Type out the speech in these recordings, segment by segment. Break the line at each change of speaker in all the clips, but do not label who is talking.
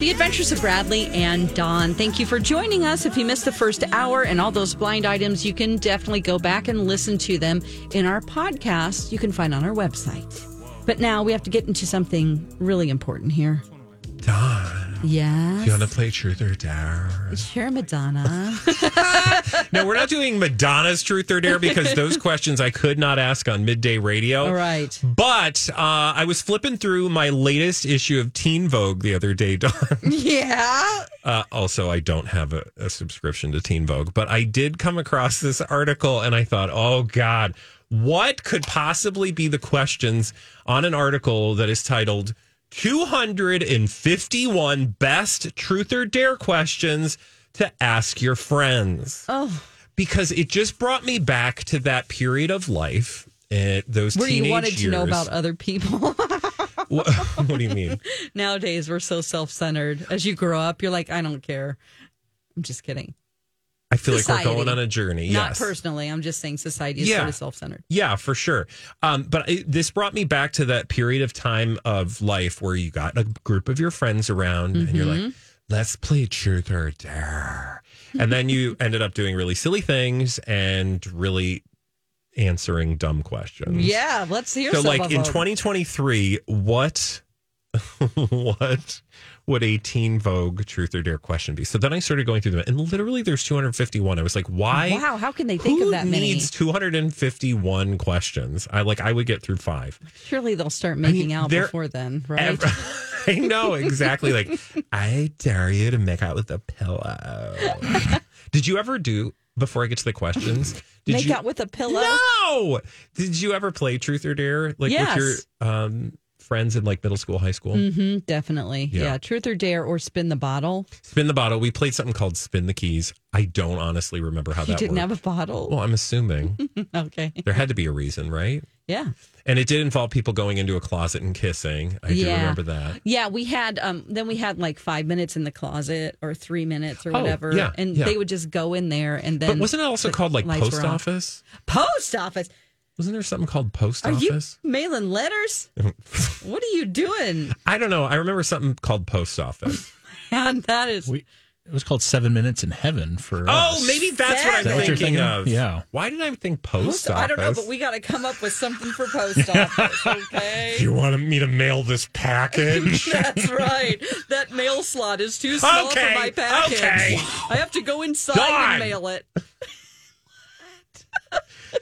The Adventures of Bradley and Don. Thank you for joining us. If you missed the first hour and all those blind items, you can definitely go back and listen to them in our podcast you can find on our website. But now we have to get into something really important here.
Don,
Yes.
you want to play Truth or Dare?
Sure, Madonna.
No, we're not doing Madonna's Truth or Dare because those questions I could not ask on midday radio.
all right.
But uh, I was flipping through my latest issue of Teen Vogue the other day, Don.
Yeah.
Uh, also, I don't have a, a subscription to Teen Vogue, but I did come across this article and I thought, oh God, what could possibly be the questions on an article that is titled 251 Best Truth or Dare Questions to Ask Your Friends?
Oh,
Because it just brought me back to that period of life. It, those
where
teenage
you wanted to know
years.
about other people.
what, what do you mean?
Nowadays, we're so self centered. As you grow up, you're like, I don't care. I'm just kidding.
I feel like
Society.
we're going on a journey.
Not
yes.
personally. I'm just saying society is
Yeah.
sort of self centered.
Yeah, for sure. Um, but it, this brought me back to that period of time of life where you got a group of your friends around and you're like,
Mm-hmm.
let's play truth or dare. And then you ended up doing really silly things and really answering dumb questions.
Yeah. Let's hear
So,
some
like
of
in
them.
2023, what what would a Teen Vogue truth or dare question be? So then I started going through them, and literally there's 251. I was like, why?
Wow, how can they think of
Who
that many?
needs 251 questions? I like I would get through 5.
Surely they'll start making
mean,
out
they're
before then, right?
Ev- I know exactly like I dare you to make out with a pillow. did you ever do before I get to the questions? Did
Make
you
out with a pillow.
No. Did you ever play truth or dare like
Yes.
with your um friends in like middle school, high school?
hmm definitely. Yeah.
Yeah.
Truth or dare or spin the bottle.
Spin the bottle. We played something called spin the keys. I don't honestly remember how
you
Oh, that
didn't
worked.
have a bottle.
well, I'm assuming
okay.
there had to be a reason, right?
Yeah.
And it did involve people going into a closet and kissing. I do
Yeah.
remember that.
Yeah, we had um then we had like 5 minutes in the closet or 3 minutes or
Oh,
whatever
yeah,
and
yeah.
they would just go in there and then
but wasn't it also
the
called like
lights were
post
off.
office?
Post office.
Wasn't there something called post
Are you
office?
mailing letters? what are you doing?
I don't know. I remember something called post office.
And that is
We, it was called Seven Minutes in Heaven for
oh,
us.
maybe that's what I'm
Is that what
thinking,
you're thinking?
of.
Yeah.
Why did I think post office?
I don't know, but we got to come up with something for post office, okay?
Do you want me to mail this package?
That's right. That mail slot is too small
Okay,
for my package.
okay.
I have to go inside
Darn.
and mail it.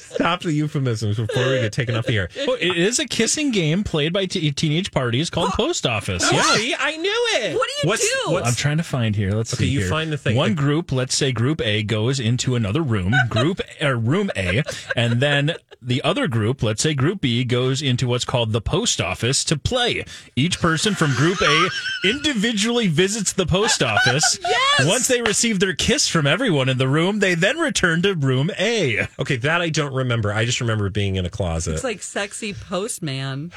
Stop the euphemisms before we get taken off the air.
Oh, it is a kissing game played by t- teenage parties called Post Office.
Yeah,
Yeah.
see, I knew it.
What do you
What's-
do?
what's-
I'm trying to find here. Let's
Okay,
see.
you
here.
find the thing.
One
Like-
group, let's say Group A, goes into another room, Group or Room A, and then the other group, let's say Group B, goes into what's called the post office to play. Each person from Group A individually visits the post office. yes! Once they receive their kiss from everyone in the room, they then return to Room A.
okay, that I don't remember. I just remember being in a closet.
It's like sexy postman.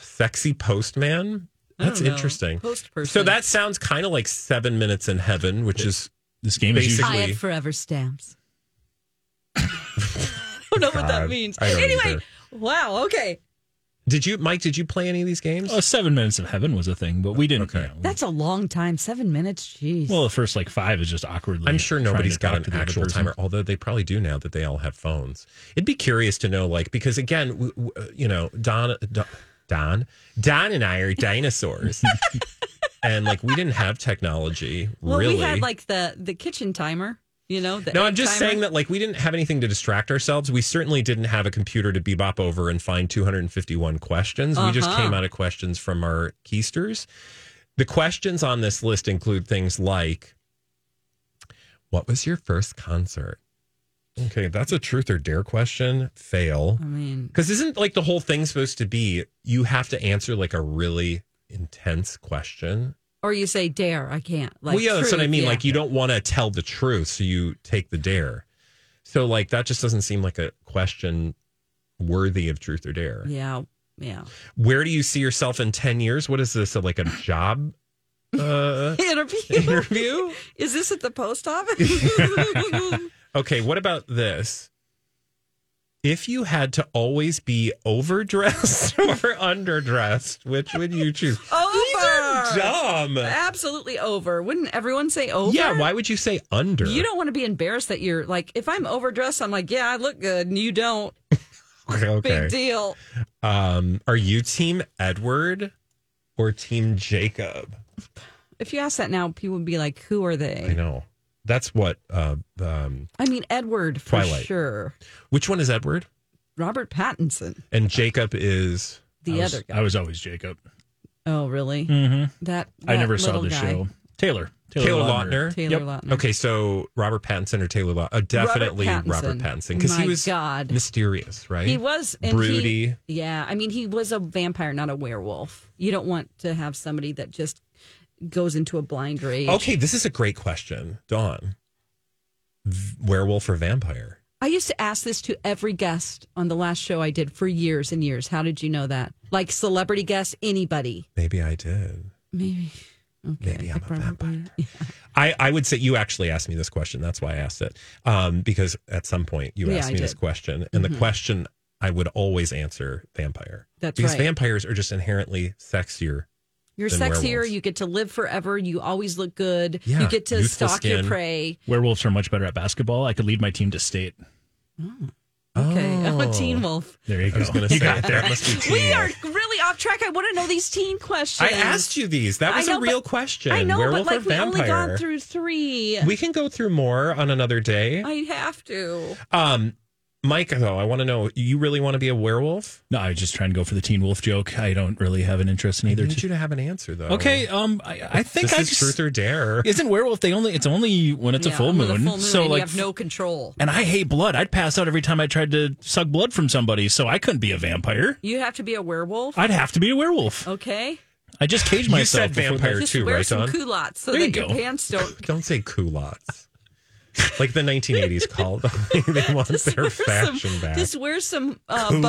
Sexy postman. That's
don't know.
interesting.
Post person.
So that sounds kind of like Seven Minutes in Heaven, which is
This game is
Basically-
usually
I have forever stamps. I don't know what that
God,
means.
I don't
Anyway,
either.
wow, okay.
Did you, Mike? Did you play any of these games?
oh, Seven Minutes of Heaven was a thing, but we didn't. you know,
That's a long time. Seven minutes, jeez.
Well, the first like five is just awkwardly.
I'm sure
trying to
nobody's
talk
got
to
an
the other
actual
person.
timer, although they probably do now that they all have phones. It'd be curious to know, like, because again, w- w- uh, you know, Don, Don, Don, Don and I are dinosaurs, and like we didn't have technology
well
really.
we had like the, the kitchen timer, you know? The
no,
egg
I'm just
timer.
saying that like we didn't have anything to distract ourselves. We certainly didn't have a computer to bebop over and find 251 questions. We just
Uh-huh.
came out of questions from our keisters. The questions on this list include things like what was your first concert? Okay, that's a truth or dare question. Fail.
I mean,
Because isn't like the whole thing supposed to be you have to answer like a really intense question
Or you say dare, I can't. Like,
well, yeah, that's what I
truth,
mean.
yeah.
Like, you don't want to tell the truth, so you take the dare. So, like, that just doesn't seem like a question worthy of truth or dare.
yeah, yeah.
Where do you see yourself in 10 years? What is this, like a job uh,
Interview.
interview?
Is this at the post office?
Okay, what about this? If you had to always be overdressed or underdressed, which would you choose?
over.
Dumb.
Absolutely over. Wouldn't everyone say over?
Yeah, why would you say under?
You don't want to be embarrassed that you're like, if I'm overdressed, I'm like, yeah, I look good, and you don't.
Okay,
Big
okay.
deal.
Um, are you team Edward or team Jacob?
If you ask that now, people would be like, who are
I
they?
know. That's what uh um
I mean, Edward for
Twilight.
sure.
which one is Edward?
Robert Pattinson,
And Jacob is
the
I was,
other guy.
I was always Jacob.
oh, really? That,
I
that
never saw
little
the
guy,
show. Taylor.
Taylor Lautner.
Taylor
Yep.
Lautner.
Okay, so Robert Pattinson or Taylor Lautner? Uh, definitely
Pattinson.
Robert Pattinson because
My
he was
God.
mysterious, right?
He was and
broody.
He, yeah, I mean, he was a vampire, not a werewolf. You don't want to have somebody that just goes into a blind rage.
Okay, this is a great question, Dawn. V- werewolf or vampire?
I used to ask this to every guest on the last show I did for years and years. How did you know that? Like celebrity guest, anybody?
Maybe I did.
Maybe. Okay.
Maybe
I
I'm a
probably-
vampire. I, I would say you actually asked me this question. That's why I asked it. Um, because at some point you
Yeah,
asked
I
me this
did. Mm-hmm.
question, and the question I would always answer vampire.
That's
because
right.
vampires are just inherently sexier.
You're
than
sexier.
werewolves.
You get to live forever. You always look good.
Yeah,
You get to
youthful
stalk your
skin.
prey.
Werewolves are much better at basketball. I could lead my team to state.
Okay. I'm a
Oh.
teen wolf.
There you go.
I was going to
You
say
got
that must be teen
We are
wolf.
really off track. I want to know these teen questions.
I asked you these. That
I
was
know,
a real
but-
question.
I know,
werewolf
but like
or
we only
vampire?
gone through three.
we can go through more on another day.
I have to.
Um, Mike, though, I want to know you really want to be a werewolf?
Mm-hmm.
No, I was just trying to go for the Teen Wolf joke. I don't really have an interest in
I
either.
need
Two.
you to have an answer, though.
Okay, um, I, I think
This
I
is
just
truth or dare.
isn't werewolf. They only it's only when it's a
Yeah,
full
with
moon.
a full moon
so
and
like,
you have no control.
and I hate blood. I'd pass out every time I tried to suck blood from somebody. So I couldn't be a vampire.
You have to be a werewolf.
I'd have to be a werewolf.
okay.
I just caged
You said
myself. before
vampire. There are
Just
two,
wear
right,
some
Dawn?
culottes so
There you
that your
go.
pants don't.
Don't say culottes. like the 1980s called. they want their fashion
some,
back.
Just wear some uh,
Culottes.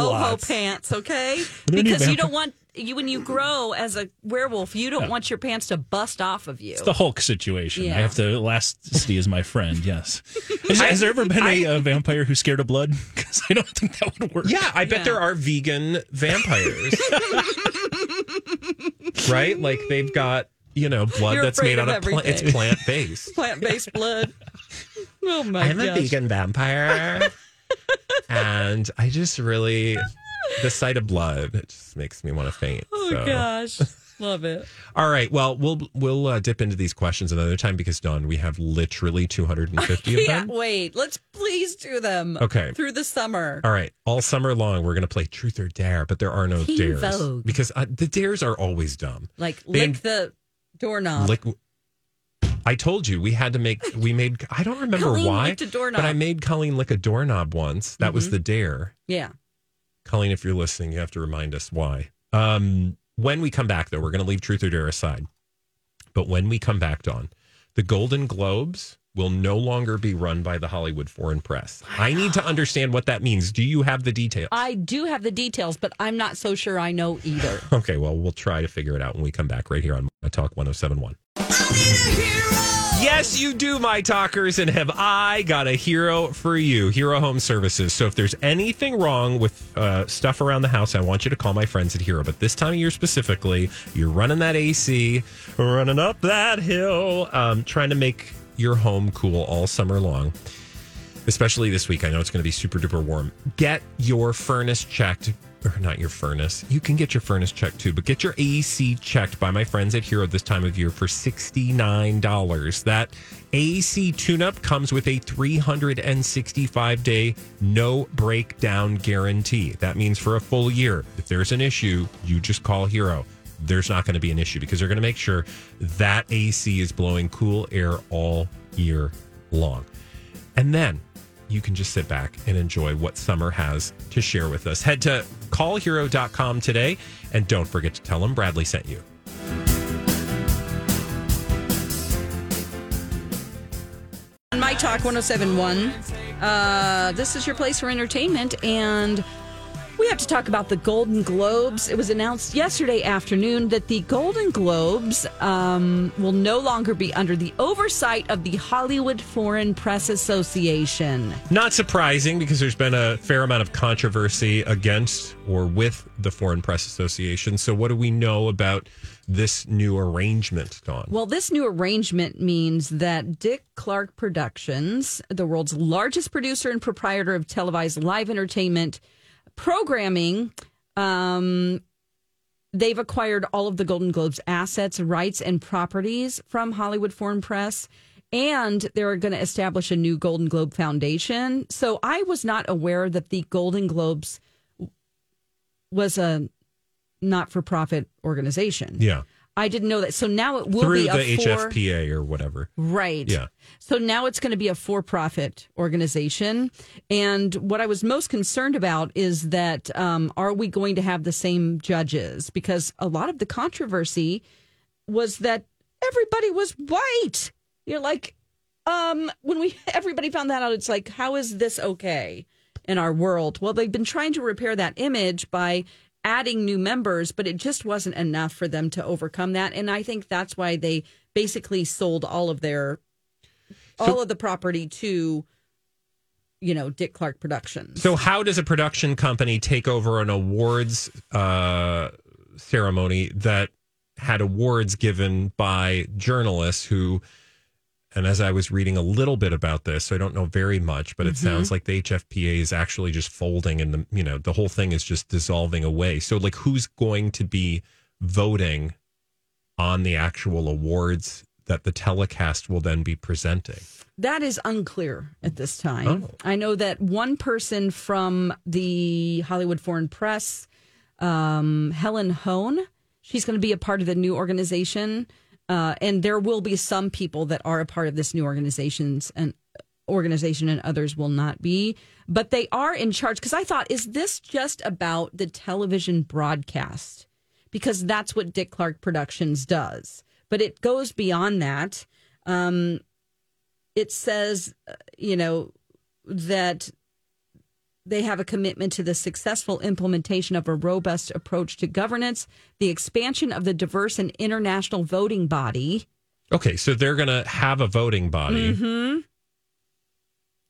boho pants, okay?
there any
Because you
vamp-
don't want you when you grow as a werewolf, you don't want your pants to bust off of you.
It's the Hulk situation.
Yeah.
I have to. Elasticity is my friend. Yes. Has, has there ever been a uh, vampire who's scared of blood? Because I don't think that would work.
yeah, I bet
Yeah.
there are vegan vampires. right? Like they've got, you know, blood
You're
that's
afraid
made out
of
of plant. It's
everything.
plant based.
Plant-based blood. oh my
I'm
gosh.
a vegan vampire. and I just really, the sight of blood, it just makes me want to faint.
Oh
so.
gosh. Love it.
All right. Well, we'll we'll uh, dip into these questions another time because Don, we have literally 250 of
Yeah,
them.
wait. Let's please do them.
Okay.
Through the summer.
All right. All summer long, we're going to play truth or dare, but there are no
Teen
dares
Vogue.
because uh, the dares are always dumb.
Like
They-
lick the doorknob.
Like I told you, we had to make we made. I don't remember
Colleen
why,
licked a doorknob. Mm-hmm.
but I made Colleen lick a doorknob once. That was the dare.
yeah.
Colleen, if you're listening, you have to remind us why. Um, when we come back, though, we're going to leave truth or dare aside. But when we come back, Dawn, the Golden Globes will no longer be run by the Hollywood Foreign Press. I need to understand what that means. Do you have the details?
I do have the details, but I'm not so sure I know either.
Okay, well, we'll try to figure it out when we come back right here on My Talk 1071. Yes, you do, my talkers, and have I got a hero for you? Hero Home Services. So, if there's anything wrong with uh, stuff around the house, I want you to call my friends at Hero. But this time of year specifically, you're running that AC, running up that hill, um, trying to make your home cool all summer long especially this week. I know it's going to be super duper warm. Get your furnace checked, or not your furnace. You can get your furnace checked too, but get your AC checked by my friends at Hero this time of year for $69. That AC tune up comes with a 365 day no breakdown guarantee. That means for a full year, if there's an issue, you just call Hero there's not going to be an issue because they're going to make sure that AC is blowing cool air all year long. And then you can just sit back and enjoy what summer has to share with us. Head to callhero.com today and don't forget to tell them Bradley sent you.
My Talk 1071. Uh, this is your place for entertainment. And we have to talk about the Golden Globes. It was announced yesterday afternoon that the Golden Globes um, will no longer be under the oversight of the Hollywood Foreign Press Association.
Not surprising because there's been a fair amount of controversy against or with the Foreign Press Association. So, what do we know about this new arrangement, Dawn?
Well, this new arrangement means that Dick Clark Productions, the world's largest producer and proprietor of televised live entertainment programming, um, they've acquired all of the Golden Globes assets, rights, and properties from Hollywood Foreign Press. And they're going to establish a new Golden Globe Foundation. So I was not aware that the Golden Globes was a not for profit organization.
yeah,
I didn't know that. So now it will
through
be
the
a for-
HFPA or whatever.
Right.
Yeah.
So now it's going to be a for profit organization. And what I was most concerned about is that um, are we going to have the same judges? Because a lot of the controversy was that everybody was white. You're like, um, when we everybody found that out, it's like, how is this okay in our world? Well, they've been trying to repair that image by adding new members, but it just wasn't enough for them to overcome that. And I think that's why they basically sold all of their all of the property to you know Dick Clark Productions.
So, how does a production company take over an awards uh, ceremony that had awards given by journalists who, and as I was reading a little bit about this, so I don't know very much, but it sounds like the HFPA is actually just folding and the, you know, the whole thing is just dissolving away. So, like, who's going to be voting on the actual awards that the telecast will then be presenting?
That is unclear at this time. I know that one person from the Hollywood Foreign Press, um, Helen Hone, she's going to be a part of the new organization, uh, and there will be some people that are a part of this new organizations and uh, organization, and others will not be. But they are in charge because I thought, is this just about the television broadcast? Because that's what Dick Clark Productions does, but it goes beyond that. Um, it says, uh, you know, that they have a commitment to the successful implementation of a robust approach to governance, the expansion of the diverse and international voting body.
Okay, so they're going to have a voting body.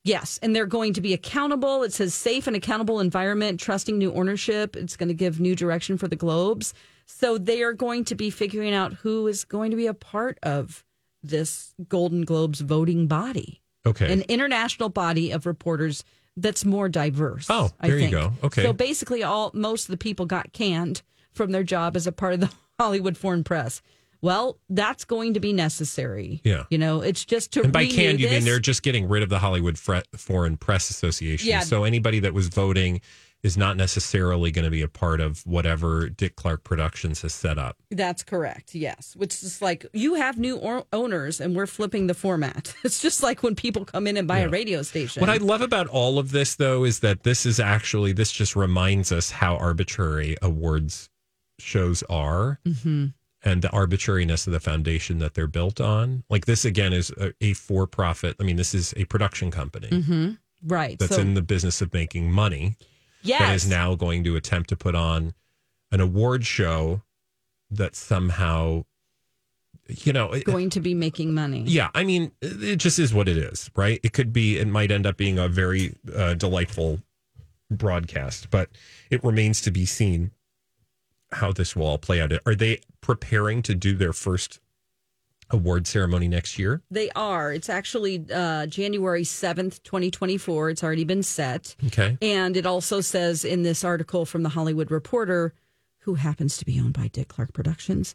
Yes, and they're going to be accountable. It says safe and accountable environment, trusting new ownership. It's going to give new direction for the Globes. So they are going to be figuring out who is going to be a part of this Golden Globes voting body.
Okay.
an international body of reporters that's more diverse.
Oh,
I
there you
think.
go. Okay.
So basically, all most of the people got canned from their job as a part of the Hollywood Foreign Press. Well, that's going to be necessary.
Yeah.
you know, it's just to
And by
renew
can you
this.
mean they're just getting rid of the Hollywood Fre- Foreign Press Association?
Yeah.
So anybody that was voting is not necessarily going to be a part of whatever Dick Clark Productions has set up.
That's correct. Yes, which is like you have new or- owners, and we're flipping the format. It's just like when people come in and buy a radio station.
What I love about all of this, though, is that this is actually this just reminds us how arbitrary awards shows are,
Mm-hmm.
and the arbitrariness of the foundation that they're built on. Like this again is a, a for-profit. I mean, this is a production company
right.
that's
Mm-hmm. so
in the business of making money.
yes,
that is now going to attempt to put on an award show that somehow, you know, it-
going to be making money.
yeah, I mean, it just is what it is, right? It could be, it might end up being a very uh, delightful broadcast, but it remains to be seen how this will all play out. Are they preparing to do their first award ceremony next year?
They are. It's actually uh, January 7th, 2024. It's already been set.
Okay.
And it also says in this article from the Hollywood Reporter, who happens to be owned by Dick Clark Productions.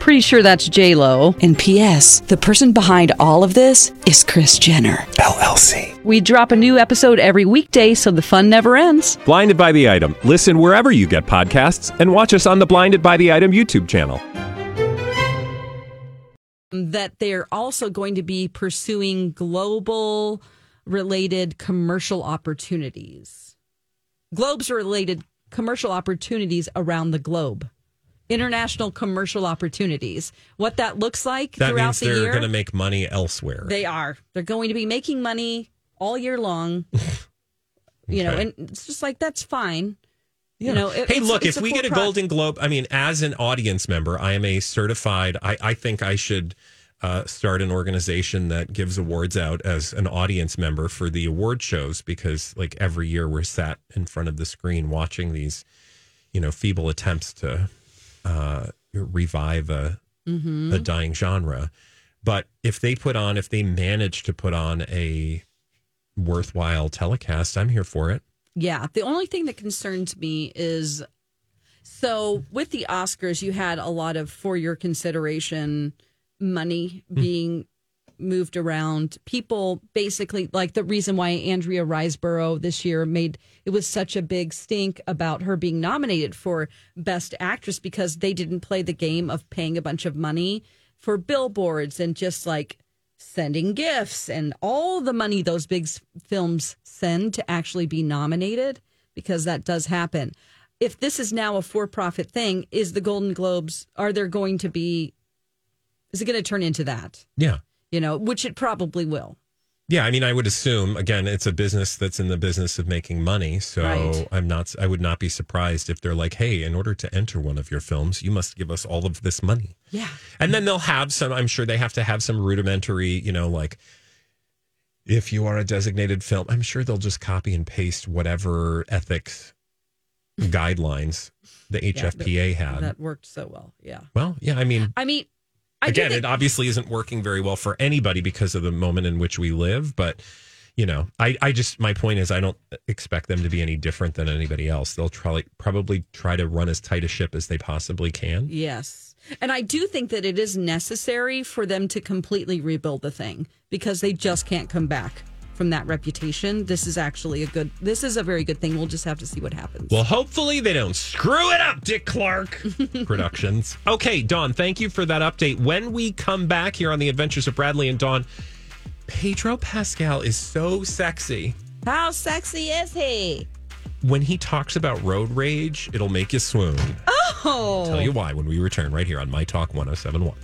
Pretty sure that's J Lo. And P.S. The person behind all of this is Chris Jenner.
LLC.
We drop a new episode every weekday, so the fun never ends.
Blinded by the Item. Listen wherever you get podcasts and watch us on the Blinded by the Item YouTube channel.
That they're also going to be pursuing global related commercial opportunities, globes related commercial opportunities around the globe. International commercial opportunities. What that looks like
That
throughout
means
the
they're
year.
going to make money elsewhere.
They are. They're going to be making money all year long. you know,
Okay.
and it's just like that's fine. You know, it-
hey,
it's-
look,
it's
if we
cool
get a
product.
Golden Globe, I mean, as an audience member, I am a certified, I, I think I should uh, start an organization that gives awards out as an audience member for the award shows because, like, every year we're sat in front of the screen watching these, you know, feeble attempts to uh, revive a,
Mm-hmm.
a dying genre. But if they put on, if they manage to put on a worthwhile telecast, I'm here for it.
Yeah. The only thing that concerns me is so with the Oscars, you had a lot of for your consideration money being moved around. People basically like the reason why Andrea Riseborough this year made it was such a big stink about her being nominated for Best Actress because they didn't play the game of paying a bunch of money for billboards and just like sending gifts and all the money those big s- films send to actually be nominated because that does happen. If this is now a for-profit thing, is the Golden Globes are there going to be is it going to turn into that?
Yeah.
You know, which it probably will.
Yeah, I mean, I would assume again, it's a business that's in the business of making money. So
Right.
I'm not, I would not be surprised if they're like, "Hey, in order to enter one of your films, you must give us all of this money."
Yeah.
And then they'll have some. I'm sure they have to have some rudimentary, you know, like if you are a designated film, I'm sure they'll just copy and paste whatever ethics guidelines the HFPA had.
That worked so well. Yeah.
well, yeah, I mean,
I mean, I do
again,
think-
it obviously isn't working very well for anybody because of the moment in which we live. But you know, I, I just my point is I don't expect them to be any different than anybody else. They'll probably probably try to run as tight a ship as they possibly can.
Yes. And I do think that it is necessary for them to completely rebuild the thing because they just can't come back from that reputation. This is actually a good, this is a very good thing. We'll just have to see what happens.
Well, hopefully they don't screw it up, Dick Clark Productions. Okay, Dawn, thank you for that update. When we come back here on the Adventures of Bradley and Dawn, Pedro Pascal is so sexy.
How sexy is he?
When he talks about road rage, it'll make you swoon.
Oh.
Tell you why when we return right here on My Talk 1071.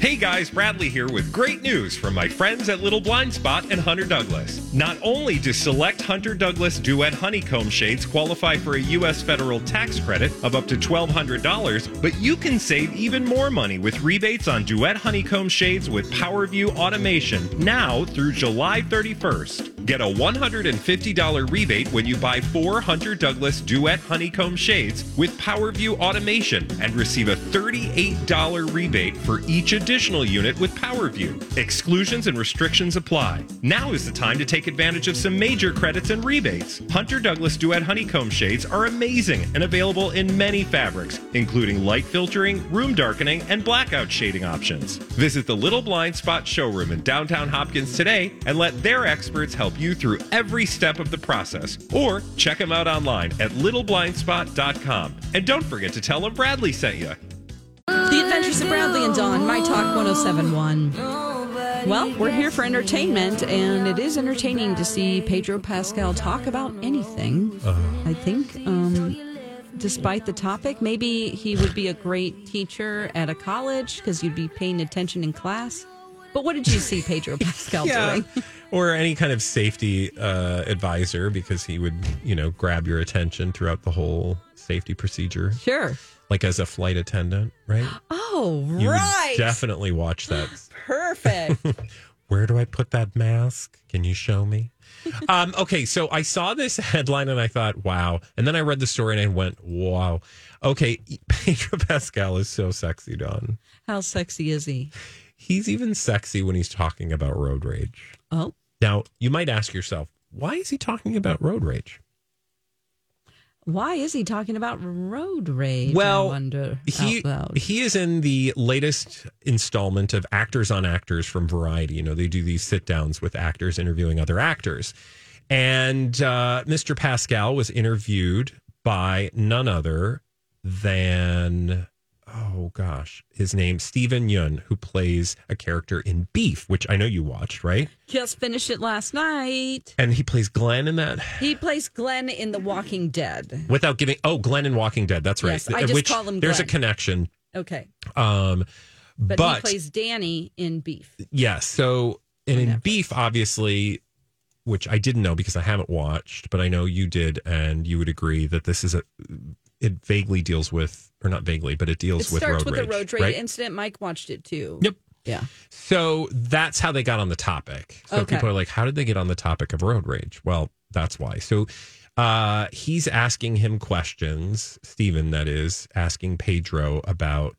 Hey guys, Bradley here with great news from my friends at Little Blind Spot and Hunter Douglas. Not only do select Hunter Douglas Duet Honeycomb Shades qualify for a U.S. federal tax credit of up to $1,200, but you can save even more money with rebates on Duet Honeycomb Shades with PowerView Automation now through July 31st. Get a $150 rebate when you buy four Hunter Douglas Duet Honeycomb Shades with PowerView Automation and receive a $38 rebate for each additional unit with PowerView. Exclusions and restrictions apply. Now is the time to take advantage of some major credits and rebates. Hunter Douglas Duet Honeycomb Shades are amazing and available in many fabrics, including light filtering, room darkening, and blackout shading options. Visit the Little Blind Spot showroom in downtown Hopkins today and let their experts help you through every step of the process. Or check them out online at littleblindspot.com. And don't forget to tell them Bradley sent you.
The Adventures of Bradley and Dawn, My Talk 1071. Well, we're here for entertainment, and it is entertaining to see Pedro Pascal talk about anything. I think, um, despite the topic, maybe he would be a great teacher at a college because you'd be paying attention in class. But what did you see Pedro Pascal doing?
or any kind of safety uh, advisor because he would, you know, grab your attention throughout the whole safety procedure,
Sure.
like as a flight attendant, right?
Oh,
You would
right.
definitely watch that.
Perfect.
Where do I put that mask? Can you show me? um, okay, so I saw this headline and I thought, wow. And then I read the story and I went, wow. Okay, Pedro Pascal is so sexy, Don.
How sexy is he?
He's even sexy when he's talking about road rage.
Oh,
Now, you might ask yourself, why is he talking about road rage?
why is he talking about road rage? I wonder
he
out loud.
he is in the latest installment of Actors on Actors from Variety. You know, they do these sit downs with actors interviewing other actors, and uh, Mr. Pascal was interviewed by none other than oh gosh, his name Stephen Yun, who plays a character in Beef, which I know you watched, right?
just finished it last night.
And he plays Glenn in that.
He plays Glenn in The Walking Dead.
Without giving, oh, Glenn in Walking Dead. That's right.
Yes, I just
Which
call him
there's a
Glenn.
connection.
Okay,
Um,
but,
but,
he plays Danny in Beef.
Yeah. So, and in beef, obviously, which I didn't know because I haven't watched, but I know you did, and you would agree that this is a. It vaguely deals with, or not vaguely, but it
It
deals with
starts
road
with
rage.
a road rage
right?
incident. Mike watched it too.
Yep.
Yeah.
So that's how they got on the topic. So
Okay.
people are like, how did they get on the topic of road rage? Well, that's why. So uh, he's asking him questions, Stephen, that is, asking Pedro about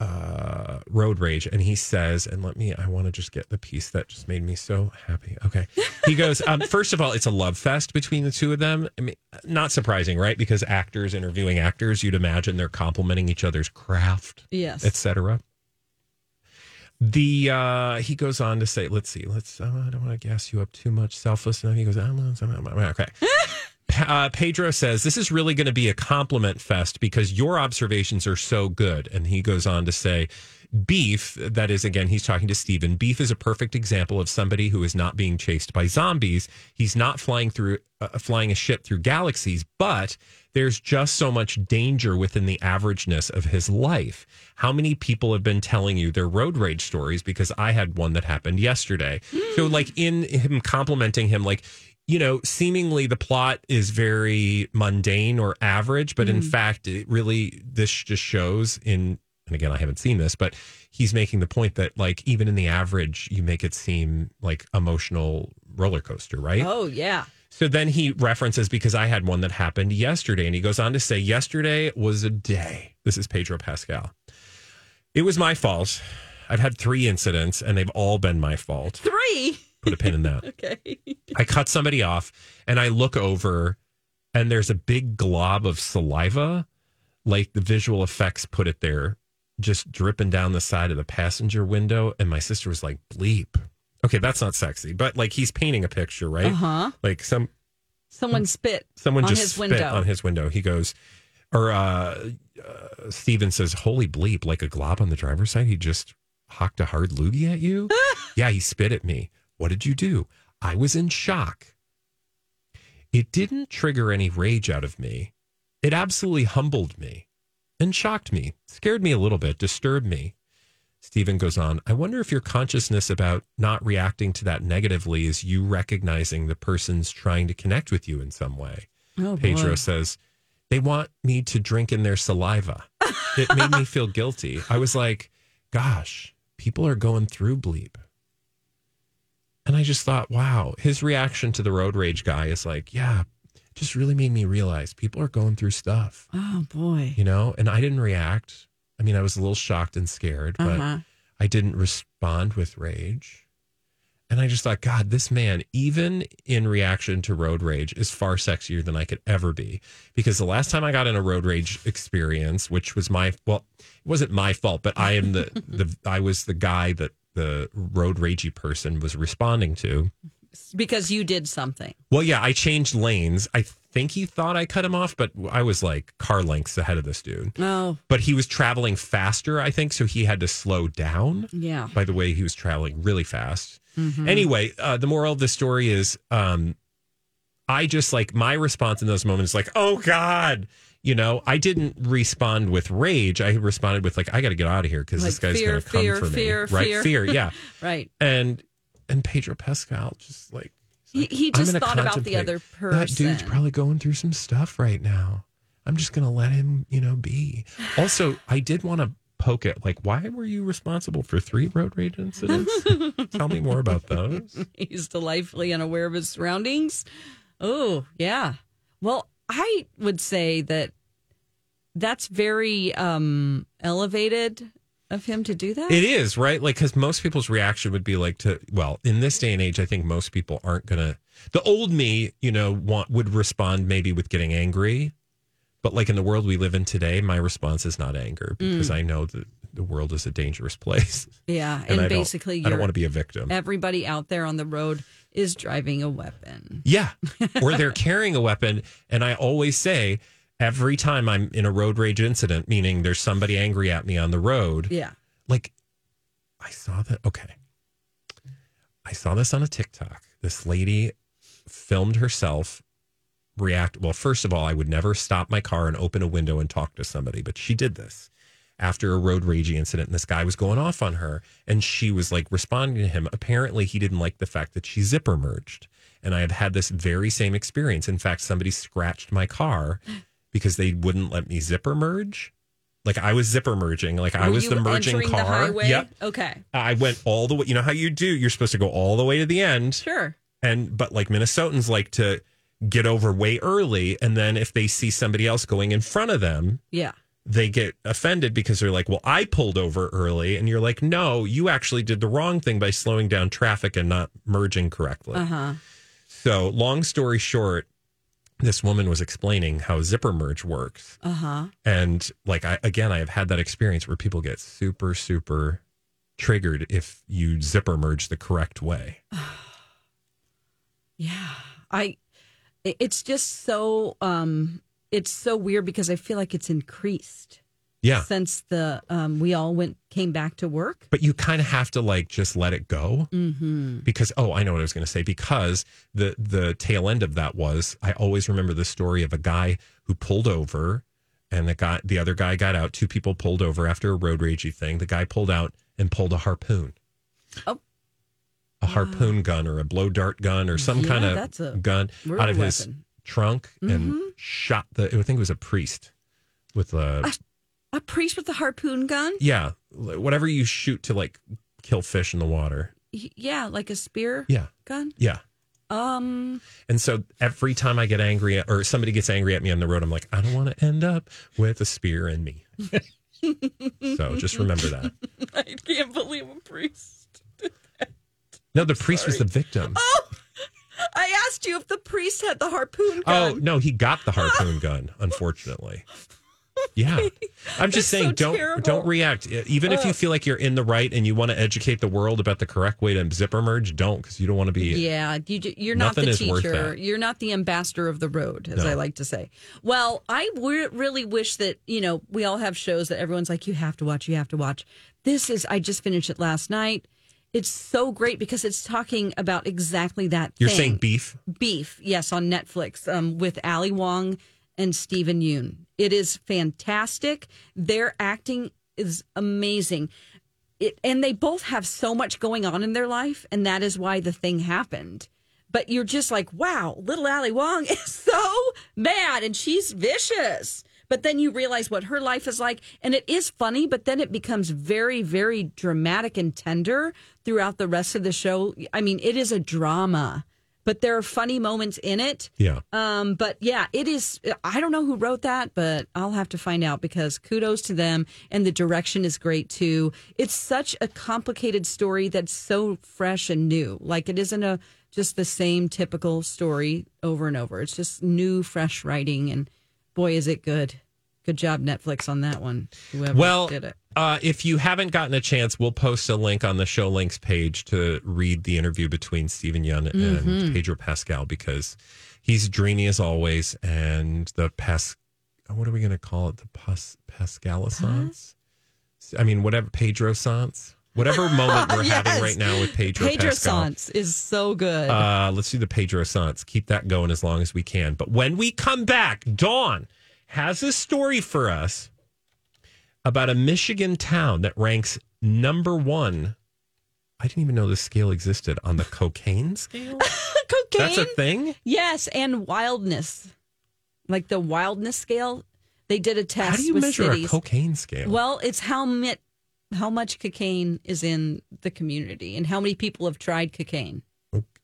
uh, road rage. And he says, and let me, I want to just get the piece that just made me so happy. Okay. He goes, um, first of all, it's a love fest between the two of them. I mean, not surprising, right? Because actors interviewing actors, you'd imagine they're complimenting each other's craft
Yes.
etc. The uh, he goes on to say, let's see, let's. Uh, I don't want to gas you up too much. Selfless, and then he goes, I'm, I'm, I'm, I'm, okay. Pa- Uh, Pedro says this is really going to be a compliment fest because your observations are so good. And he goes on to say, Beef, that is again, he's talking to Steven. Beef is a perfect example of somebody who is not being chased by zombies. He's not flying through, uh, flying a ship through galaxies, but there's just so much danger within the averageness of his life. How many people have been telling you their road rage stories? Because I had one that happened yesterday. So, like, in him complimenting him, like, you know, seemingly the plot is very mundane or average, but in fact, it really, this just shows in, and again, I haven't seen this, but he's making the point that, like, even in the average, you make it seem like emotional roller coaster, right?
Oh yeah.
So then he references because I had one that happened yesterday, and he goes on to say, Yesterday was a day. This is Pedro Pascal. It was my fault. I've had three incidents, and they've all been my fault.
Three.
Put a pin in that.
Okay.
I cut somebody off and I look over and there's a big glob of saliva, like the visual effects put it there, just dripping down the side of the passenger window. And my sister was like, bleep. Okay, that's not sexy, but like he's painting a picture, right?
Uh huh.
Like some
Someone spit.
someone
on
just
his
spit
window.
on his window. He goes, or uh, uh, Steven says, holy bleep, like a glob on the driver's side. He just hocked a hard loogie at you. yeah, he spit at me. What did you do? I was in shock. It didn't trigger any rage out of me. It absolutely humbled me and shocked me, scared me a little bit, disturbed me. Stephen goes on, I wonder if your consciousness about not reacting to that negatively is you recognizing the person's trying to connect with you in some way.
Oh, boy.
Pedro says, they want me to drink in their saliva. It made me feel guilty. I was like, gosh, people are going through bleep. And I just thought, wow, his reaction to the road rage guy is like, yeah, it just really made me realize people are going through stuff,
Oh boy.
you know? And I didn't react. I mean, I was a little shocked and scared, but
Uh-huh.
I didn't respond with rage. And I just thought, God, this man, even in reaction to road rage, is far sexier than I could ever be. Because the last time I got in a road rage experience, which was my well, it wasn't my fault, but I am the the I was the guy that the road ragey person was responding to.
Because you did something.
Well, yeah, I changed lanes. I think he thought I cut him off, but I was like car lengths ahead of this dude.
Oh
But he was traveling faster, I think, so he had to slow down
yeah.
by the way he was traveling really fast
Mm-hmm.
anyway uh, the moral of the story is um, i just like my response in those moments is like oh god you know i didn't respond with rage i responded with like i gotta get out of here because this
Like,
guy's
fear,
gonna come
fear,
for me
fear,
right
fear.
yeah
Right.
and and pedro pascal just like
He, he
I'm
just
gonna
thought about the
contemplate.
other person.
that dude's probably going through some stuff right now. I'm just gonna let him, you know, be. Also, I did want to poke at like why were you responsible for three road rage incidents? Tell me more about those.
He's delightfully unaware of his surroundings. Oh, yeah. Well, I would say that that's very um, elevated of him to do that.
It is, right? Like, because most people's reaction would be like to, well, in this day and age, I think most people aren't going to, the old me, you know, want, would respond maybe with getting angry. But like in the world we live in today, my response is not anger
Mm.
because I know that the world is a dangerous place.
yeah,
I
and,
don't-
basically,
I don't
you're-
want to be a victim.
everybody out there on the road is driving a weapon.
Yeah. Or they're carrying a weapon. And I always say, every time I'm in a road rage incident, meaning there's somebody angry at me on the road,
Yeah.
like I saw that. Okay. I saw this on a TikTok. This lady filmed herself react. Well, first of all, I would never stop my car and open a window and talk to somebody, but she did this after a road ragey incident. And this guy was going off on her and she was like responding to him. Apparently, he didn't like the fact that she zipper merged. And I have had this very same experience. In fact, somebody scratched my car because they wouldn't let me zipper merge. Like I was zipper merging, like I
Were
was
you
the merging
entering
car.
The highway?
Yep.
Okay.
I went all the way. You know how you do. You're supposed to go all the way to the end,
Sure.
and but like Minnesotans like to get over way early, and then if they see somebody else going in front of them,
Yeah.
they get offended because they're like, "Well, I pulled over early," and you're like, "No, you actually did the wrong thing by slowing down traffic and not merging correctly."
Uh huh.
So, long story short, this woman was explaining how zipper merge works,
Uh huh.
and like I again, I have had that experience where people get super, super triggered if you zipper merge the correct way.
Yeah. I it- it's just so um it's so weird because I feel like it's increased
Yeah.
since the um we all went came back to work.
But you kind of have to like just let it go
Mhm.
because oh, I know what I was going to say because the the tail end of that was I always remember the story of a guy who pulled over and the guy the other guy got out. Two people pulled over after a road ragey thing. The guy pulled out and pulled a harpoon.
Oh.
A harpoon gun or a blow dart gun or some
Yeah,
kind
that's a
of gun
murder
out of his
weapon.
trunk and shot the. I think it was a priest with a
A priest with a harpoon gun?
yeah, whatever you shoot to like kill fish in the water.
Y- Yeah, like a spear
Yeah,
gun?
yeah.
Um
And so every time I get angry at, or somebody gets angry at me on the road, I'm like, I don't want to end up with a spear in me. so just remember that.
I can't believe a priest.
No, the priest was the victim.
Oh I asked you if the priest had the harpoon
Oh
gun.
no, he got the harpoon gun. Unfortunately, yeah. I'm
That's
just
so
saying, don't
terrible.
don't react. E, Even if you feel like you're in the right and you want to educate the world about the correct way to zipper merge, don't because you don't want to be.
Yeah, you, ju- you're not
Nothing
the
is worth
teacher.
that.
You're not the ambassador of the road, as
No.
I like to say. Well, I w- really wish that, you know, we all have shows that everyone's like, you have to watch, you have to watch. This is, I just finished it last night. It's so great because it's talking about exactly that
You're
thing.
saying beef.
Beef, yes, on Netflix um, with Ali Wong and Stephen Yoon. It is fantastic. Their acting is amazing. It, and they both have so much going on in their life, and that is why the thing happened. But you're just like, wow, little Ali Wong is so mad and she's vicious. But then you realize what her life is like, and it is funny, but then it becomes very, very dramatic and tender throughout the rest of the show. I mean, it is a drama but there are funny moments in it.
Yeah.
Um, but yeah, it is. I don't know who wrote that, but I'll have to find out because kudos to them. And the direction is great too. It's such a complicated story that's so fresh and new. Like it isn't a just the same typical story over and over. It's just new, fresh writing, and boy, is it good. Good job, Netflix, on that one. Whoever
Well,
did it.
uh, if you haven't gotten a chance, we'll post a link on the show links page to read the interview between Stephen Young and
Mm-hmm.
Pedro Pascal because he's dreamy as always. And the Pas, what are we going to call it? The Pas, Pascalisance? I mean, whatever, Pedro Sans? Whatever moment we're
Yes.
having right now with Pedro,
Pedro
Pascal.
Sans is so good.
Uh, let's do the Pedro Sans. Keep that going as long as we can. But when we come back, Dawn has a story for us about a Michigan town that ranks number one. I didn't even know this scale existed on the cocaine scale.
Cocaine.
That's a thing.
Yes, and wildness. Like the wildness scale. They did a test.
How do you
with
measure
cities.
a cocaine scale?
Well, it's how mit, how much cocaine is in the community and how many people have tried cocaine.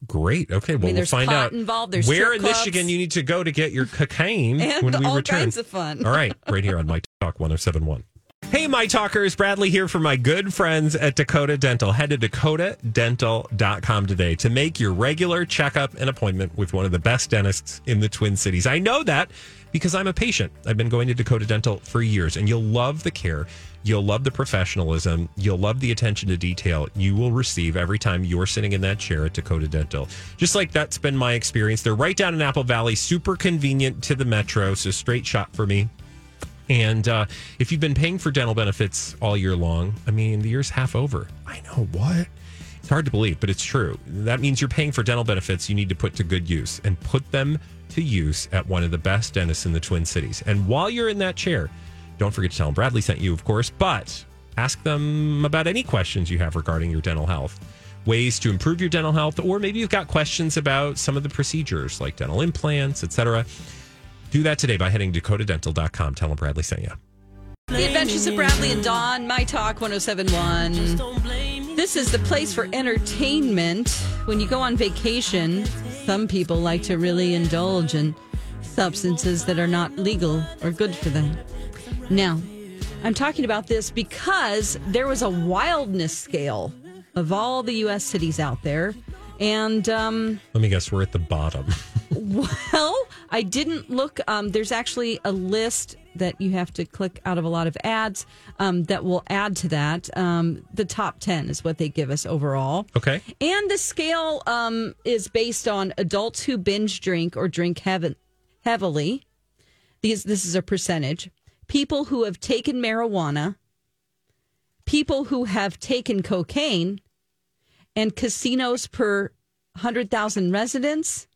Great. Okay. Well, we'll
there's
find
pot
out
involved, there's
where
strip
in
clubs.
Michigan you need to go to get your cocaine
And
when we
all
return.
kinds of fun.
All right, right here on My Talk 1071. Hey, My Talkers, Bradley here for my good friends at Dakota Dental. Head to dakotadental.com today to make your regular checkup and appointment with one of the best dentists in the Twin Cities. I know that because I'm a patient. I've been going to Dakota Dental for years, and you'll love the care. You'll love the professionalism. You'll love the attention to detail you will receive every time you're sitting in that chair at Dakota Dental. Just like that's been my experience. They're right down in Apple Valley, super convenient to the metro, so straight shot for me. And uh, if you've been paying for dental benefits all year long, I mean, the year's half over. I know what? It's hard to believe, but it's true. That means you're paying for dental benefits you need to put to good use and put them to use at one of the best dentists in the Twin Cities. And while you're in that chair, don't forget to tell them Bradley sent you, of course, but ask them about any questions you have regarding your dental health ways to improve your dental health or maybe you've got questions about some of the procedures like dental implants etc do that today by heading to dakotadental.com tell them bradley sent you
The Adventures of Bradley and Dawn, My Talk 1071. This is the place for entertainment. When you go on vacation, some people like to really indulge in substances that are not legal or good for them. Now, I'm talking about this because there was a wildness scale of all the U.S. cities out there. And, um,
let me guess we're at the bottom
well, I didn't look. Um, there's actually a list that you have to click out of a lot of ads um, that will add to that. Um, the top 10 is what they give us overall.
okay
And the scale um, is based on adults who binge drink or drink heav- heavily. These, this is a percentage. People who have taken marijuana, people who have taken cocaine, and casinos per 100,000 residents,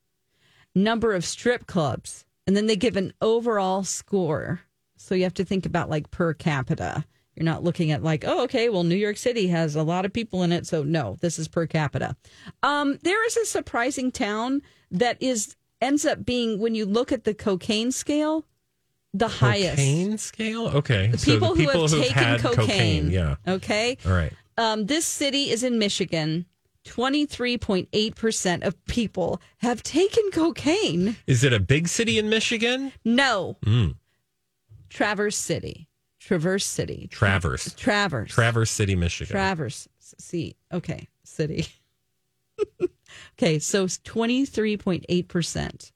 number of strip clubs. And then they give an overall score. So you have to think about like per capita. You're not looking at like, oh, okay, well, New York City has a lot of people in it. So no, this is per capita. Um, there is a surprising town that is ends up being, when you look at the cocaine scale, the highest.
cocaine scale okay
The
so
people,
the people
who have
who've
taken
had
cocaine.
yeah
Okay.
all right
Um, this city is in Michigan. 23.8% of people have taken cocaine.
is it a big city in michigan
No.
Mm.
Traverse City. Traverse City.
traverse
Traverse.
traverse city michigan
Traverse. See. Okay. City. okay. So it's 23.8%.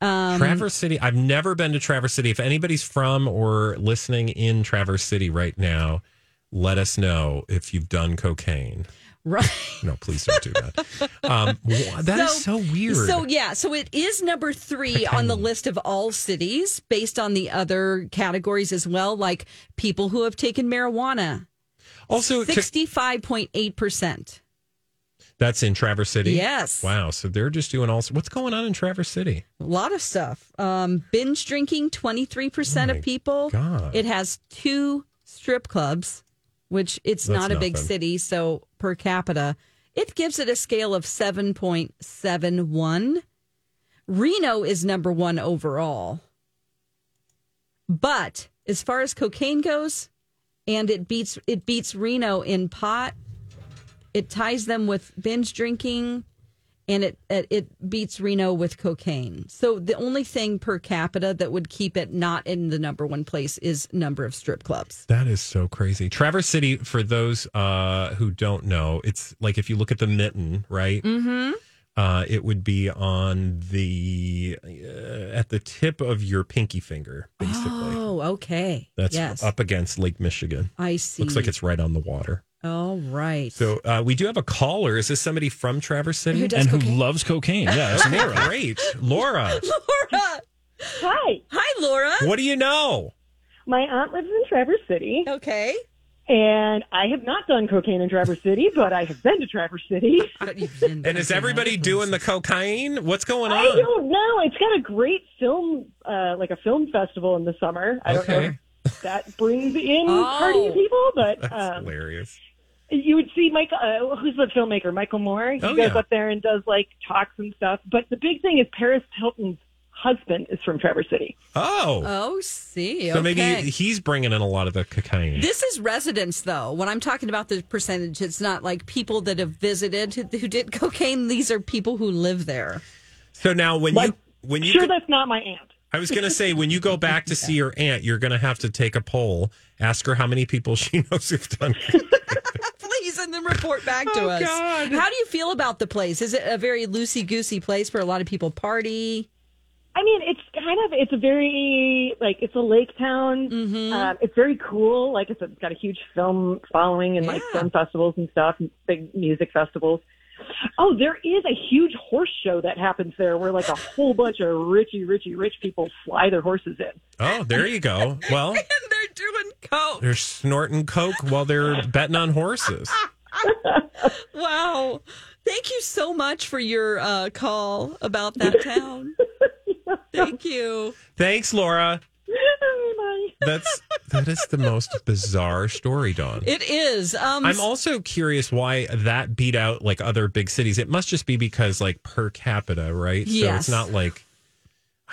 Um,
Traverse City. I've never been to Traverse City. If anybody's from or listening in Traverse City right now, let us know if you've done cocaine.
right.
No, please don't do that. Um, wha- that is so, weird.
So yeah, so it is number three on the list of all cities, based on the other categories as well, like people who have taken marijuana,
also, to-
sixty-five point eight percent.
that's in Traverse City.
Yes.
Wow. So they're just doing all. What's going on in Traverse City?
A lot of stuff. Um, binge drinking, twenty-three percent
my
of people.
God.
It has two strip clubs, which it's
That's
not a big
nothing.
city, so per capita, it gives it a scale of seven point seven one. Reno is number one overall. But as far as cocaine goes, and it beats it beats Reno in pot. It ties them with binge drinking, and it it- it beats Reno with cocaine. So the only thing per capita that would keep it not in the number one place is number of strip clubs.
That is so crazy. Traverse City, for those uh, who don't know, it's like if you look at the mitten, right? Mm-hmm. Uh, it would be on the uh, at the tip of your pinky finger, basically.
Oh, okay.
That's
yes.
up against Lake Michigan.
I see.
Looks like it's right on the water.
all right.
So uh, we do have a caller. Is this somebody from Traverse City?
Who does-
and who
cocaine.
loves cocaine. Yeah, that's
Laura, great, Laura.
Laura,
Hi,
hi, Laura.
What do you know?
my aunt lives in Traverse City,
Okay,
and I have not done cocaine in Traverse City, but I have been to Traverse City.
Oh, And is everybody doing the cocaine? What's going
I
on?
don't know. It's got a great film, uh, like a film festival in the summer. I don't know
Okay.
if that brings in
Oh.
party people, but
That's
um,
hilarious.
you would see Michael, uh, who's the filmmaker, Michael Moore. He
Oh,
goes
yeah.
up there and does like talks and stuff. But the big thing is Paris Hilton's husband is from Traverse City.
Oh.
Oh, see.
So maybe
okay.
he's bringing in a lot of the cocaine.
This is residents, though. When I'm talking about the percentage, it's not like people that have visited who, who did cocaine. These are people who live there.
so now when
Like,
you when you
sure,
go-
that's not my aunt.
I was going to say when you go back to see your aunt, you're going to have to take a poll, ask her how many people she knows have done.
Please, and then report back to
Oh,
us.
God.
How do you feel about the place? Is it a very loosey goosey place where a lot of people party?
I mean, it's kind of it's a very like it's a lake town. Um, it's very cool. Like it's, a, it's got a huge film following and like
Yeah.
film festivals and stuff, and big music festivals. Oh, there is a huge horse show that happens there, where like a whole bunch of richy, richy, rich people fly their horses in.
oh, there you go. Well,
And they're doing coke.
they're snorting coke while they're betting on horses.
Wow. Thank you so much for your uh, call about that town. Thank you.
Thanks, Laura.
Bye.
That's that is the most bizarre story, Dawn.
It is. Um,
I'm also curious why that beat out like other big cities. It must just be because like per capita, right? So
Yes.
it's not like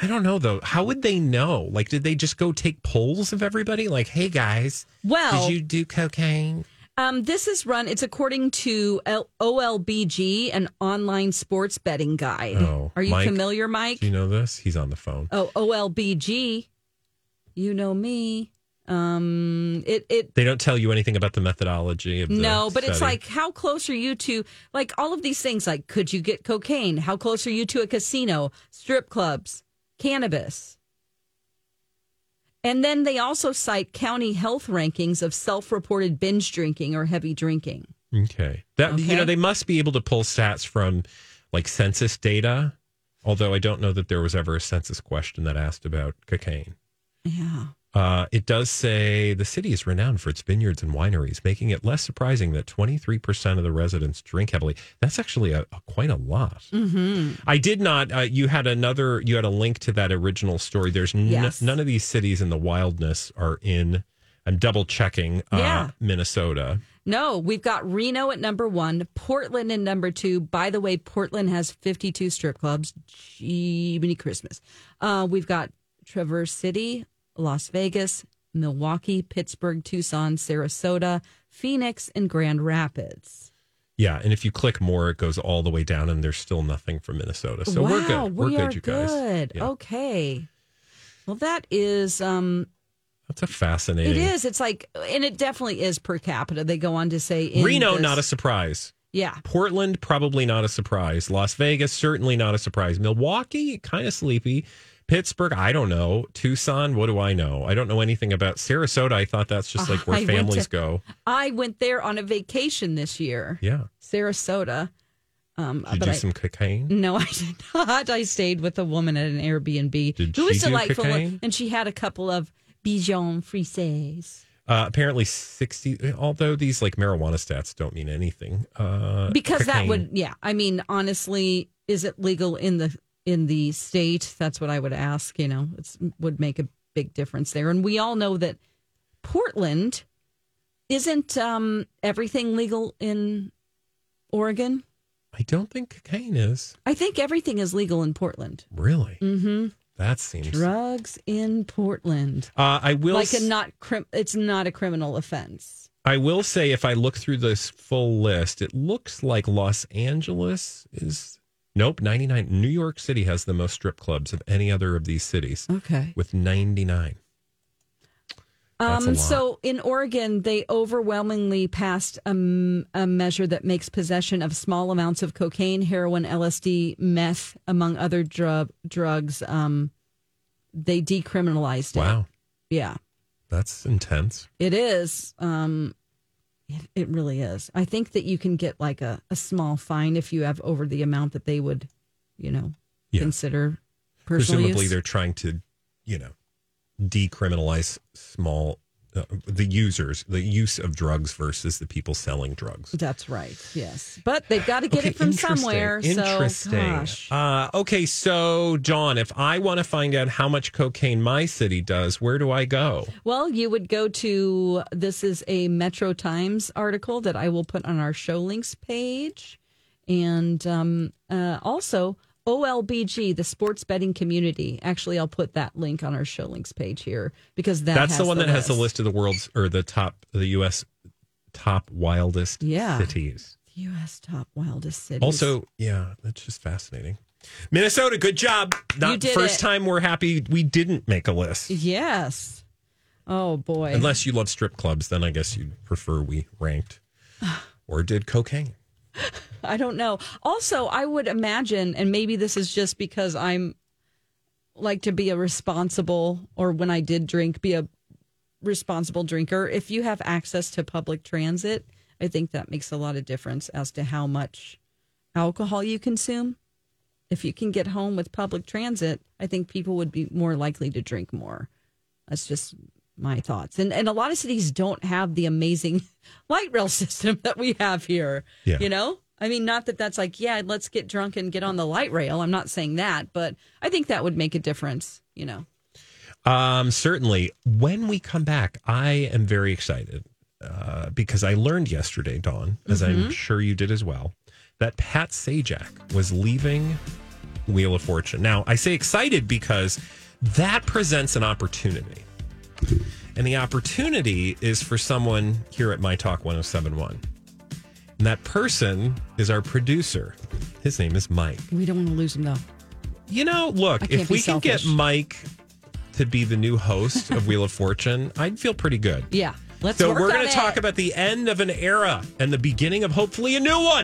I don't know though. How would they know? Like, did they just go take polls of everybody? Like, hey guys,
well,
did you do cocaine?
Um, this is run. It's according to L- OLBG, an online sports betting guide.
Oh,
Are you
Mike.
familiar, Mike?
Do you know this? He's on the phone.
oh, OLBG. You know me. Um, it it
They don't tell you anything about the methodology of the
no, but it's
study.
like how close are you to like all of these things? Like, could you get cocaine? How close are you to a casino, strip clubs, cannabis? And then they also cite county health rankings of self-reported binge drinking or heavy drinking.
okay. That you
Okay.
know they must be able to pull stats from like census data. Although I don't know that there was ever a census question that asked about cocaine.
Yeah.
Uh, it does say the city is renowned for its vineyards and wineries, making it less surprising that 23% of the residents drink heavily. That's actually a, a- quite a lot.
Mm-hmm.
I did not. Uh, you had another. You had a link to that original story. There's n-
Yes.
none of these cities in the wildness are in. I'm double checking. Uh,
Yeah.
Minnesota.
No, we've got Reno at number one, Portland in number two. By the way, Portland has 52 strip clubs. Jiminy Christmas. Uh, we've got Traverse City, Las Vegas, Milwaukee, Pittsburgh, Tucson, Sarasota, Phoenix, and Grand Rapids.
Yeah, and if you click more, it goes all the way down, and there's still nothing from Minnesota. So we're
Wow,
good. We're
we
good,
are
you guys.
good. Oh.
Yeah.
Okay. Well, that is um,
That's a fascinating.
it is. It's like, and it definitely is per capita. They go on to say in
Reno,
this-
not a surprise.
yeah.
Portland, probably not a surprise. Las Vegas, certainly not a surprise. Milwaukee, kind of sleepy. Pittsburgh, I don't know. Tucson, what do I know? I don't know anything about Sarasota. I thought that's just like
Ah, I
where
went
families
to-
go.
I went there on a vacation this year.
Yeah.
Sarasota. Um,
Did you
but
do
I,
some cocaine?
no, I did not. I stayed with a woman at an Airbnb
Did
who was
she do
delightful,
cocaine?
and she had a couple of Bichon Frise
Uh, apparently, 60, although these like marijuana stats don't mean anything. Uh,
because that
cocaine.
would, yeah. I mean, honestly, is it legal in the in the state? That's what I would ask. You know, it would make a big difference there, and we all know that Portland isn't um, everything legal in Oregon.
I don't think cocaine is.
I think everything is legal in Portland.
Really? Mm-hmm. That seems.
Drugs in Portland.
Uh, I will
like a
s-
not crim- it's not a criminal offense.
I will say, if I look through this full list, it looks like Los Angeles is nope, 99. New York City has the most strip clubs of any other of these cities
Okay.
with 99. That's a
Um
lot.
so in Oregon they overwhelmingly passed um, a measure that makes possession of small amounts of cocaine, heroin, LSD, meth among other drug drugs um they decriminalized it.
Wow,
Yeah.
that's intense.
It is. Um, it, it really is. I think that you can get like a, a small fine if you have over the amount that they would, you know,
Yeah.
consider personal
Presumably,
use.
they're trying to, you know, decriminalize small. Uh, the users, the use of drugs versus the people selling drugs.
That's right. Yes, but they've got to get
Okay,
it from
interesting,
somewhere.
Interesting.
So, gosh.
Uh, okay, so John, if I want to find out how much cocaine my city does, where do I go?
Well, you would go to this is a Metro Times article that I will put on our show links page, and um, uh, also OLBG, the sports betting community. Actually, I'll put that link on our show links page here because that
That's
has
the one that has the list of the world's or the top, the U.S. top wildest
Yeah.
cities.
U.S. top wildest cities.
Also, yeah, that's just fascinating. Minnesota, good job.
You
Not the
did
first
it.
time we're happy we didn't make a list.
yes. Oh boy.
Unless you love strip clubs, then I guess you'd prefer we ranked or did cocaine.
I don't know. Also, I would imagine, and maybe this is just because I'm like to be a responsible, or when I did drink, be a responsible drinker. If you have access to public transit, I think that makes a lot of difference as to how much alcohol you consume. If you can get home with public transit, I think people would be more likely to drink more. That's just my thoughts. And and a lot of cities don't have the amazing light rail system that we have here.
Yeah.
You know? I mean, not that that's like, yeah, let's get drunk and get on the light rail. I'm not saying that, but I think that would make a difference, you know.
Um, certainly. When we come back, I am very excited uh, because I learned yesterday, Dawn, as I'm sure you did as well, that Pat Sajak was leaving Wheel of Fortune. Now, I say excited because that presents an opportunity. And the opportunity is for someone here at My Talk 1071. And that person is our producer. His name is Mike.
We don't want to lose them though.
You know,
I
look,
can't
if
be
we can get
selfish.
Mike to be the new host of Wheel of Fortune, I'd feel pretty good.
Yeah. Let's
So
work
we're
on
going to
it.
talk about the end of an era and the beginning of hopefully a new one.